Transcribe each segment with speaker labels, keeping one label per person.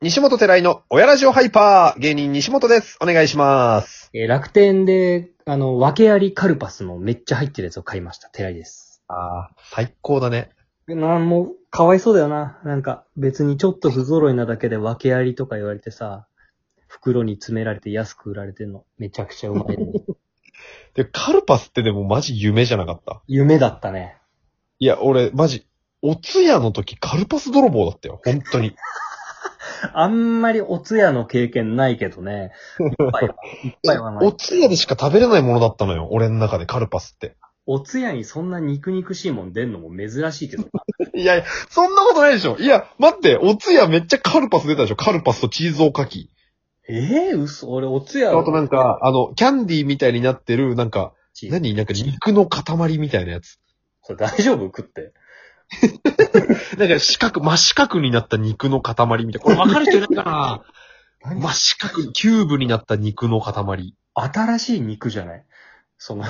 Speaker 1: 西本寺井の親ラジオハイパー、芸人西本です。お願いします。
Speaker 2: えー楽天で、あの、訳ありカルパスのめっちゃ入ってるやつを買いました。寺井です。
Speaker 1: ああ、最高だね。
Speaker 2: なんも、かわいそうだよな。なんか、別にちょっと不揃いなだけで訳ありとか言われてさ、袋に詰められて安く売られてんの。めちゃくちゃうまいの。
Speaker 1: で、カルパスってでもマジ夢じゃなかった。
Speaker 2: 夢だったね。
Speaker 1: いや、俺、マジ、お通夜の時カルパス泥棒だったよ。本当に。
Speaker 2: あんまりお通夜の経験ないけどね。いっぱいは、いっぱいはな
Speaker 1: お
Speaker 2: い。
Speaker 1: 通夜でしか食べれないものだったのよ。俺の中でカルパスって。
Speaker 2: お通夜にそんな肉肉しいもん出んのも珍しいけどな。
Speaker 1: いやいや、そんなことないでしょ。いや、待って、お通夜めっちゃカルパス出たでしょ。カルパスとチーズおかき。
Speaker 2: ええ嘘。俺、お通夜
Speaker 1: あとなんか、あの、キャンディーみたいになってる、なんか、
Speaker 2: チーズ
Speaker 1: 何なんか肉の塊みたいなやつ。
Speaker 2: これ大丈夫食って。
Speaker 1: なんか四角、真四角になった肉の塊みたいな。これ分かる人いないかな
Speaker 2: 何
Speaker 1: 真四角、キューブになった肉の塊。
Speaker 2: 新しい肉じゃないその、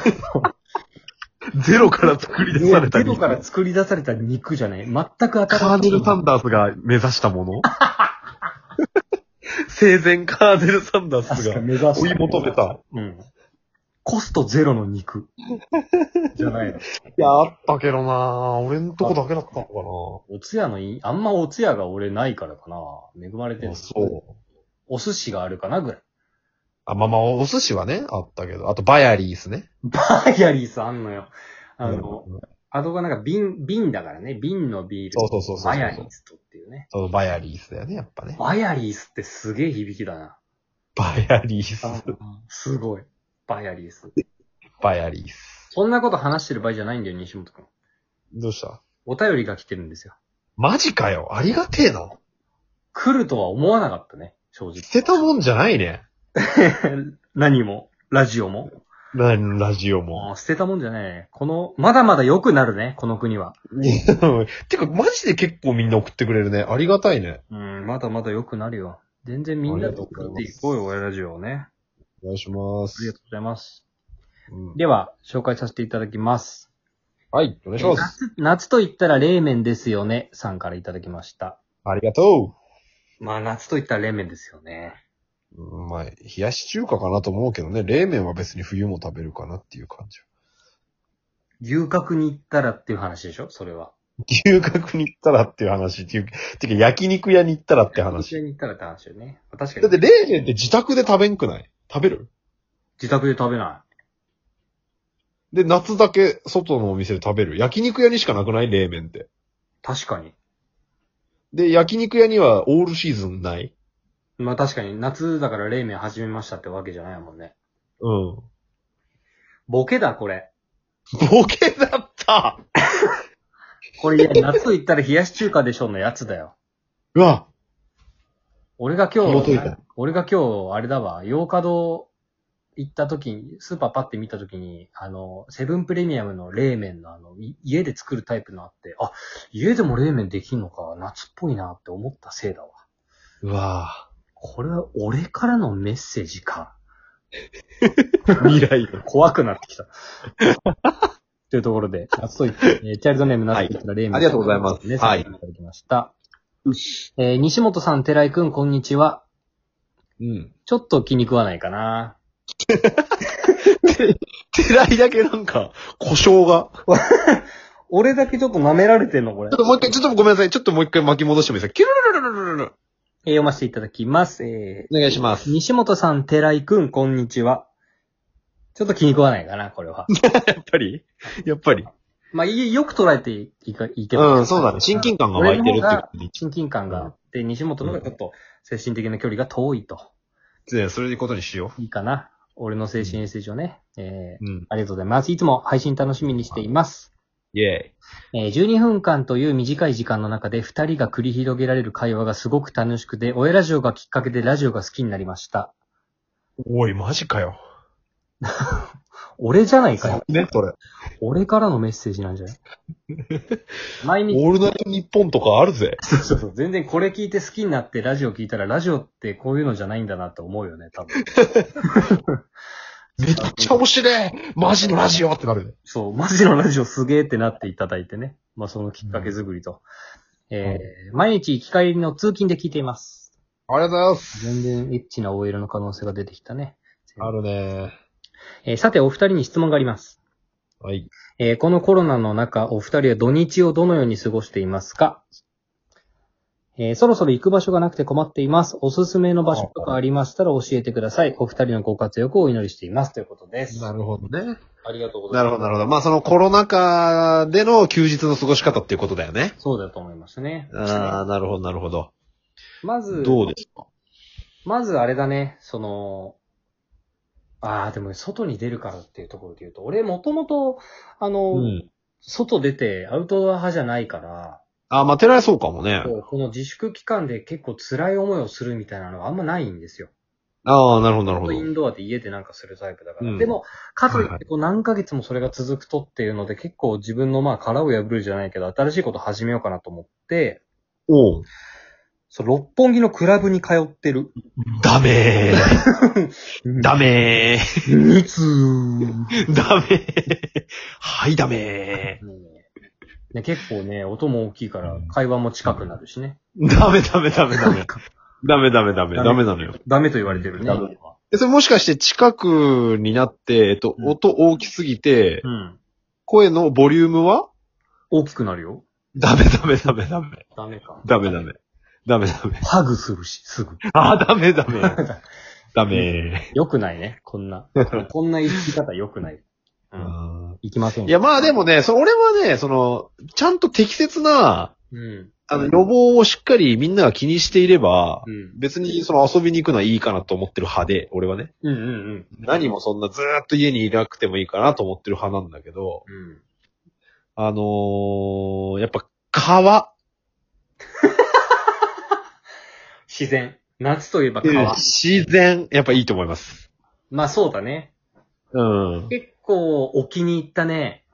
Speaker 1: ゼロから作り出された
Speaker 2: ゼ
Speaker 1: 肉。
Speaker 2: ロから作り出された肉じゃない全く
Speaker 1: カー
Speaker 2: 新し
Speaker 1: ネ
Speaker 2: い
Speaker 1: ル・サンダースが目指したも の生前カーネル・サンダース
Speaker 2: 確か
Speaker 1: が
Speaker 2: 目指して
Speaker 1: 追い求めた。
Speaker 2: うん。コストゼロの肉。 じゃないの。
Speaker 1: いや、あったけどな俺んとこだけだったのか
Speaker 2: お通夜のい、あんまお通夜が俺ないからかな。恵まれて
Speaker 1: な
Speaker 2: る。
Speaker 1: そう。
Speaker 2: お寿司があるかなぐらい。
Speaker 1: あ、まあまあ、お寿司はね、あったけど。あと、バヤリースね。
Speaker 2: バーヤリーさんあんのよ。あの、
Speaker 1: うん
Speaker 2: あそこなんか瓶、瓶だからね。瓶のビール。
Speaker 1: そうそうそうそうそう
Speaker 2: バヤリーストっていうね。
Speaker 1: そう、バヤリースだよね、やっぱね。
Speaker 2: バヤリースってすげえ響きだな。
Speaker 1: バヤリース。
Speaker 2: すごい。バヤリース。
Speaker 1: バヤリース。
Speaker 2: そんなこと話してる場合じゃないんだよ、西本くん。
Speaker 1: どうした
Speaker 2: お便りが来てるんですよ。
Speaker 1: マジかよ。ありがてえな。
Speaker 2: 来るとは思わなかったね、正直。
Speaker 1: 捨てたもんじゃないね。
Speaker 2: 何も、ラジオも。
Speaker 1: な、ラジオも。
Speaker 2: もう捨てたもんじゃないね。この、まだまだ良くなるね、この国は。
Speaker 1: てか、マジで結構みんな送ってくれるね。ありがたいね。
Speaker 2: うん、まだまだ良くなるよ。全然みんなで送っていこうよ、親ラジオをね。
Speaker 1: お願いしま
Speaker 2: ありが
Speaker 1: す。
Speaker 2: とうございます。
Speaker 1: うん
Speaker 2: では、紹介させていただきます。
Speaker 1: はい、お願いします。
Speaker 2: 夏、夏と言ったら冷麺ですよね、さんからいただきました。
Speaker 1: ありがと
Speaker 2: まあ、夏と言ったら冷麺ですよね。
Speaker 1: う。うん、まあ、冷やし中華かなと思うけどね。冷麺は別に冬も食べるかなっていう感じ。
Speaker 2: 牛角に行ったらっていう話でしょそれは。
Speaker 1: 牛角に行ったらっていう話っていう。てか、焼肉屋に行ったらって話。
Speaker 2: 牛角に行ったらって話よね。確か
Speaker 1: だ
Speaker 2: に。
Speaker 1: って冷麺って自宅で食べんくない食べる
Speaker 2: 自宅で食べな
Speaker 1: で、夏だけ外のお店で食べる。焼肉屋にしかなくない冷麺って。
Speaker 2: い。確かに。
Speaker 1: で、焼肉屋にはオールシーズンない。
Speaker 2: まあ確かに夏だから冷麺始めましたってわけじゃないもんね。
Speaker 1: うん。
Speaker 2: ボケだ、これ。
Speaker 1: ボケだった
Speaker 2: これ、いや夏と言ったら冷やし中華でしょのやつだよ。
Speaker 1: うわ
Speaker 2: 俺が今
Speaker 1: 紐解い
Speaker 2: 日
Speaker 1: た、
Speaker 2: 俺が今日、あれだわ、洋華堂行った時に、スーパーパって見た時に、あの、セブンプレミアムの冷麺のあの、い家で作るタイプのあって、あ、家でも冷麺できんのか、夏っぽいなって思ったせいだわ。
Speaker 1: うわ
Speaker 2: これは俺からのメッセージか。
Speaker 1: 未来の。
Speaker 2: 怖くなってきた。というところで、あそういった、えーチャイルドネームなってきたレイミ
Speaker 1: ありがとうございます
Speaker 2: ね、
Speaker 1: はい
Speaker 2: いただきました。えー西本さん、寺井くん、こんにちは。
Speaker 1: うん。
Speaker 2: ちょっと気に食わないかな。
Speaker 1: 寺井だけなんか、故障が。
Speaker 2: 俺だけちょっと舐められてんの、これ
Speaker 1: ちょっ。ともう一回、ちょっとごめんなさい。ちょっともう一回巻き戻してみてください。キュルルルルルルル。
Speaker 2: えー読ませていただきます。え
Speaker 1: お願いします。
Speaker 2: ー西本さん、寺井くん、こんにちは。ちょっと気に食わないかな、これは。
Speaker 1: やっぱりやっぱり。
Speaker 2: まあ、いよく捉えていいかいけば
Speaker 1: うん、そうだね。親近感が湧いてるっていうことで
Speaker 2: 親近感があって、西本の方がちょっと精神的な距離が遠いと。
Speaker 1: じゃあそれでことにしよ
Speaker 2: いいかな。俺の精神衛生上ね。えー
Speaker 1: う。うん。
Speaker 2: ありがとうございます。いつも配信楽しみにしています。
Speaker 1: イェイ。
Speaker 2: えー12分間という短い時間の中で2人が繰り広げられる会話がすごく楽しくて、親ラジオがきっかけでラジオが好きになりました。
Speaker 1: おい、マジかよ。
Speaker 2: 俺じゃないかよ。
Speaker 1: ね、それ。
Speaker 2: 俺からのメッセージなんじゃない毎日、
Speaker 1: オールナイトニッポンとかあるぜ。
Speaker 2: そうそうそう全然これ聞いて好きになってラジオ聞いたら、ラジオってこういうのじゃないんだなと思うよね、多分。
Speaker 1: めっちゃ面白いマジのラジオってなるね。
Speaker 2: そう、マジのラジオすげーってなっていただいてね。まあ、そのきっかけ作りと。えー毎日行き帰りの通勤で聞いています。
Speaker 1: ありがとうございます。
Speaker 2: 全然エッチなお色の可能性が出てきたね。
Speaker 1: あるね。
Speaker 2: えーさて、お二人に質問があります。
Speaker 1: はい。
Speaker 2: えーこのコロナの中、お二人は土日をどのように過ごしていますかえーそろそろ行く場所がなくて困っています。おすすめの場所とかありましたら教えてください。お二人のご活躍をお祈りしています。ということです。
Speaker 1: なるほどね。
Speaker 2: ありがとうござ
Speaker 1: ないるほ
Speaker 2: ます。
Speaker 1: ど、なるほど。まあ、そのコロナ禍での休日の過ごし方っていうことだよね。
Speaker 2: そうだと思いますね。
Speaker 1: ああ、なるほど、なるほど。
Speaker 2: まず、
Speaker 1: どうですか
Speaker 2: まずあれだね、その、ああ、でも外に出るからっていうところで言うと、俺もともと、あの、
Speaker 1: うん。
Speaker 2: 外出てアウトドア派じゃないから、
Speaker 1: あーまあ、寺井そうかもね。
Speaker 2: こうこの自粛期間で結構辛い思いをするみたいなのがあんまないんですよ。
Speaker 1: ああ、なるほど、なるほど。
Speaker 2: インドアで家でなんかするタイプだから。
Speaker 1: うん
Speaker 2: でも、かとい
Speaker 1: はい
Speaker 2: っ
Speaker 1: は
Speaker 2: てこう何ヶ月もそれが続くとっていうので、結構自分のまあ殻を破るじゃないけど、新しいこと始めようかなと思って、
Speaker 1: おう
Speaker 2: そう六本木のクラブに通ってる。
Speaker 1: ダメー。 ダメー。
Speaker 2: 密
Speaker 1: ダメー。はい、ダメ
Speaker 2: ね、結構ね、音も大きいから、会話も近くなるしね。
Speaker 1: ー。ダメ、ダメ、ダメ、ダメ。ダメ、ダメ、ダメ、
Speaker 2: ダメ
Speaker 1: ダメなのよ。
Speaker 2: ダメと言われてるね。
Speaker 1: ダメえそれもしかして近くになって、えっと、
Speaker 2: うん
Speaker 1: 音大きすぎて、
Speaker 2: うん。
Speaker 1: 声のボリュームは
Speaker 2: 大きくなるよ。
Speaker 1: ダメ、ダメ、ダメ、ダメ。
Speaker 2: ダメか。
Speaker 1: ダメ、ダメ。ダメ、ダメ。
Speaker 2: ハグするし、すぐ。
Speaker 1: あー、ダメ、ダメ。 ダメ
Speaker 2: よくないね、こんな。こんな言い方よくない。うん。
Speaker 1: ー。
Speaker 2: いきませんよ
Speaker 1: いや、まあでもね、そ俺はね、その、ちゃんと適切な、
Speaker 2: うん。
Speaker 1: あの、予防をしっかりみんなが気にしていれば、
Speaker 2: うん。
Speaker 1: 別にその遊びに行くのはいいかなと思ってる派で、俺はね。
Speaker 2: うんうんうん。
Speaker 1: 何もそんなずーっと家にいなくてもいいかなと思ってる派なんだけど、
Speaker 2: うん。
Speaker 1: あのー、やっぱ川。
Speaker 2: 自然。夏といえば川。
Speaker 1: 自然、やっぱいいと思います。
Speaker 2: まあそうだね。
Speaker 1: うん。
Speaker 2: 結構、お気に入ったね。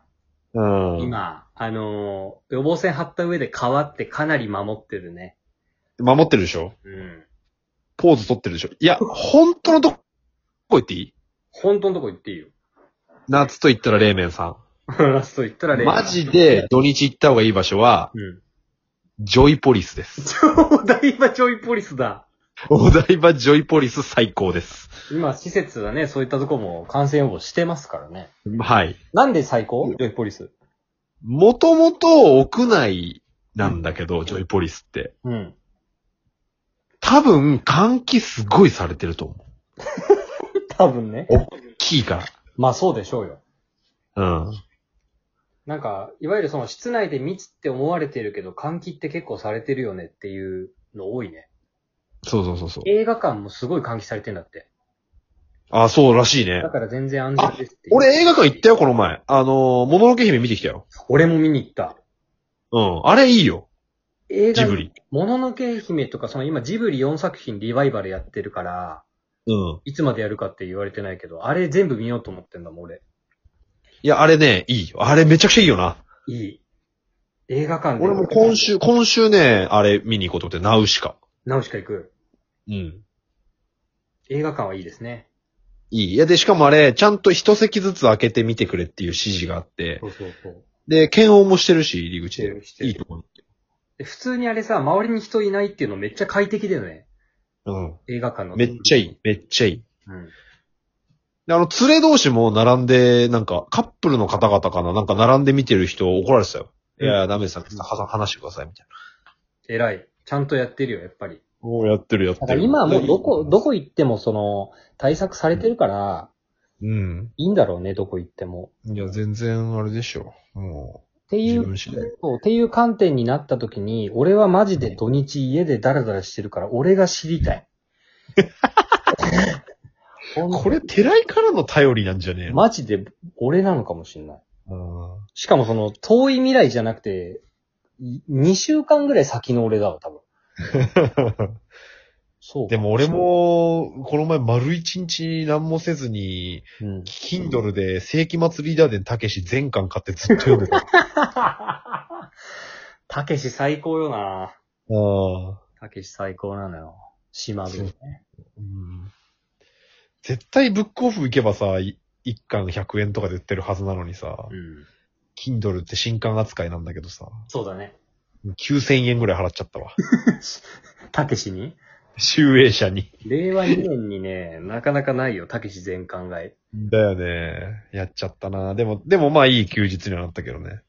Speaker 1: うん。
Speaker 2: 今、あのー予防線張った上で川ってかなり守ってるね。
Speaker 1: 守ってるでしょ
Speaker 2: うん。
Speaker 1: ポーズ取ってるでしょいや、本当のとこ行っていい
Speaker 2: 本当のとこ言っていいよ。
Speaker 1: 夏と言ったら冷麺さん。
Speaker 2: ラスト言ったらね。
Speaker 1: マジで土日行った方がいい場所は、
Speaker 2: うん。
Speaker 1: ジョイポリスです。
Speaker 2: お台場ジョイポリスだ。
Speaker 1: お台場ジョイポリス最高です。
Speaker 2: 今、施設はね、そういったとこも感染予防してますからね。
Speaker 1: はい。
Speaker 2: なんで最高ジョイポリス。
Speaker 1: もともと屋内なんだけど、ジョイポリスって。
Speaker 2: うん。
Speaker 1: 多分、換気すごいされてると思う。
Speaker 2: 多分ね。
Speaker 1: キーか
Speaker 2: まあそうでしょうよ。
Speaker 1: ら。うん。
Speaker 2: なんか、いわゆるその室内で密って思われてるけど、換気って結構されてるよねっていうの多いね。
Speaker 1: そうそうそうそう。
Speaker 2: 映画館もすごい換気されてんだって。
Speaker 1: あ、そうらしいね
Speaker 2: だ。から全然安全ですっていう。
Speaker 1: 俺映画館行ったよ、この前。あのー、もののけ姫見てきたよ。
Speaker 2: 俺も見に行った。
Speaker 1: うん。あれいいよ。
Speaker 2: 映
Speaker 1: ジ
Speaker 2: 画、
Speaker 1: ブリ。
Speaker 2: もののけ姫とか、その今ジブリ4作品リバイバルやってるから、
Speaker 1: うん。
Speaker 2: いつまでやるかって言われてないけど、あれ全部見ようと思ってんだもん、俺。
Speaker 1: いや、あれね、いいよ。あれめちゃくちゃいいよな。
Speaker 2: いい。映画館で。
Speaker 1: 俺も今。週、今週ね、あれ見に行こうと思って、ナウシカ。
Speaker 2: ナウシカ行く。
Speaker 1: うん。
Speaker 2: 映画館はいいですね。
Speaker 1: いい。いや、で、しかもあれ、ちゃんと一席ずつ開けてみてくれっていう指示があって、
Speaker 2: そうそうそう。
Speaker 1: で、検温もしてるし、入り口で。
Speaker 2: してるしてる
Speaker 1: いいとこに。
Speaker 2: で普通にあれさ、周りに人いないっていうのめっちゃ快適だよね。
Speaker 1: う
Speaker 2: 映画館の。
Speaker 1: ん。めっちゃい
Speaker 2: い。
Speaker 1: い。めっちゃいい。
Speaker 2: うん。
Speaker 1: であの、連れ同士も並んで、なんか、カップルの方々かな、なんか並んで見てる人怒られてたよ。
Speaker 2: うん
Speaker 1: いや、ダメです、ダメです。はさ話してください、みたいな。
Speaker 2: 偉い。ちゃんとやってるよ、やっぱり。
Speaker 1: もうやってる、やってる。
Speaker 2: だから今はもうどこ、どこ行ってもその、対策されてるから、
Speaker 1: うん。
Speaker 2: いいんだろうね、どこ行っても。
Speaker 1: いや、全然、あれでしょ。も
Speaker 2: って
Speaker 1: う、
Speaker 2: い
Speaker 1: 自
Speaker 2: う
Speaker 1: 分次第。
Speaker 2: そう、っていう観点になった時に、俺はマジで土日家でダラダラしてるから、俺が知り たい。
Speaker 1: これ、寺井からの頼りなんじゃねえの、
Speaker 2: マジで俺なのかもしれない。
Speaker 1: うん
Speaker 2: しかもその、遠い未来じゃなくて、い2週間ぐらい先の俺だわ、多分。そう。
Speaker 1: でも俺、も、この前丸一日何もせずに、
Speaker 2: うん。
Speaker 1: Kindle で世紀末リーダー伝たけし全巻買ってずっと読んでた。あ
Speaker 2: たけし最高よな
Speaker 1: あ。
Speaker 2: たけし最高なのよ。島部ね。
Speaker 1: うん。絶対ブックオフ行けばさ、い一巻100円とかで売ってるはずなのにさ、
Speaker 2: うん。
Speaker 1: Kindle って新刊扱いなんだけどさ、
Speaker 2: そうだね。
Speaker 1: 9000円ぐらい払っちゃったわ。
Speaker 2: たけしに
Speaker 1: 集英社に。
Speaker 2: 令和2年にね、なかなかないよ、たけし全巻買い。
Speaker 1: だよね。やっちゃったな。でも、でもまあいい休日にはなったけどね。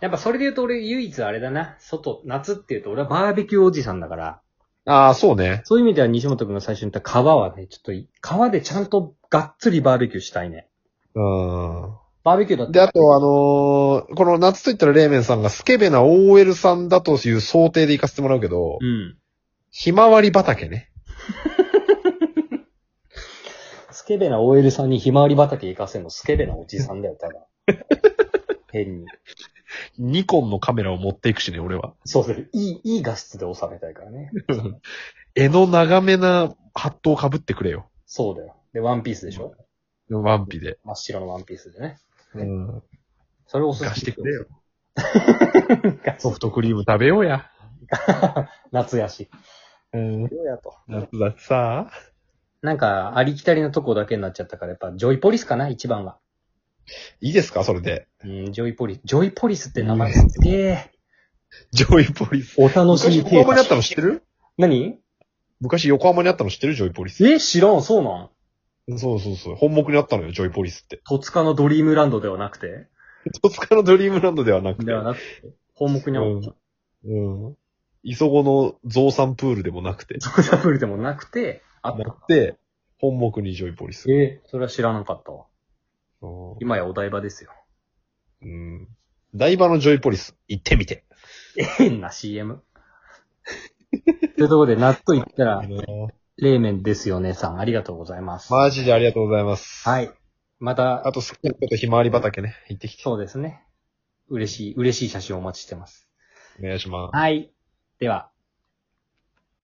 Speaker 2: やっぱそれで言うと俺唯一あれだな、外、夏って言うと俺はバーベキューおじさんだから、
Speaker 1: ああ、そうね。
Speaker 2: そういう意味では西本君が最初に言った川はね、ちょっとい、川でちゃんとがっつりバーベキューしたいね。
Speaker 1: うん。
Speaker 2: バーベキューだって
Speaker 1: で、あと、あのーこの夏といったら冷麺さんがスケベな OL さんだという想定で行かせてもらうけど、
Speaker 2: うん。
Speaker 1: ひまわり畑ね。
Speaker 2: スケベな OL さんにひまわり畑行かせんのスケベなおじさんだよ、た だ。変に。
Speaker 1: ニコンのカメラを持っていくしね、俺は。
Speaker 2: そうだよ。いい、いい画質で収めたいから ね。
Speaker 1: 絵の長めなハットをかぶってくれよ。
Speaker 2: そうだよ。で、ワンピースでしょ
Speaker 1: ワンピで。
Speaker 2: 真っ白のワンピースでね。
Speaker 1: うん。
Speaker 2: それをおすすめ
Speaker 1: 貸してくれよ。
Speaker 2: ガ
Speaker 1: ソ
Speaker 2: ソ
Speaker 1: フトクリーム食べようや。
Speaker 2: 夏やし。
Speaker 1: うん。
Speaker 2: どうやと。
Speaker 1: 夏だしさ。
Speaker 2: なんか、ありきたりのとこだけになっちゃったから、やっぱ、ジョイポリスかな、一番は。
Speaker 1: いいですかそれで。
Speaker 2: うん、ジョイポリス。ジョイポリスって名前すげえ。
Speaker 1: ジョイポリス。
Speaker 2: お楽し
Speaker 1: 昔横
Speaker 2: み程
Speaker 1: 浜にあった
Speaker 2: 度。
Speaker 1: の知ってる
Speaker 2: 何
Speaker 1: 昔横浜にあったの知ってるジョイポリス。
Speaker 2: え、知らん、そうなん
Speaker 1: そうそうそう。本目にあったのよ、ジョイポリスって。
Speaker 2: 戸塚のドリームランドではなくて
Speaker 1: 戸塚のドリームランドではなくて。
Speaker 2: ではなくて、項目にあ った。
Speaker 1: うん。磯子の増産プールでもなくて。
Speaker 2: ジョイダブルでもなくて、あっ
Speaker 1: な
Speaker 2: た。
Speaker 1: くて、本目にジョイポリス。
Speaker 2: えー、それは知らなかったわ。
Speaker 1: うん
Speaker 2: 今やお台場ですよ。
Speaker 1: うん。台場のジョイポリス、行ってみて。
Speaker 2: 変な CM。というところで、納豆いったら、冷麺ですよねさん、ありがとうございます。
Speaker 1: マジでありがとうございます。。
Speaker 2: はいい。また
Speaker 1: あ、と、好きなことひまわり畑ね、行ってきて。
Speaker 2: そうですね。嬉しい、嬉しい写真をお待ちしてます。
Speaker 1: お願いします。
Speaker 2: はい。では。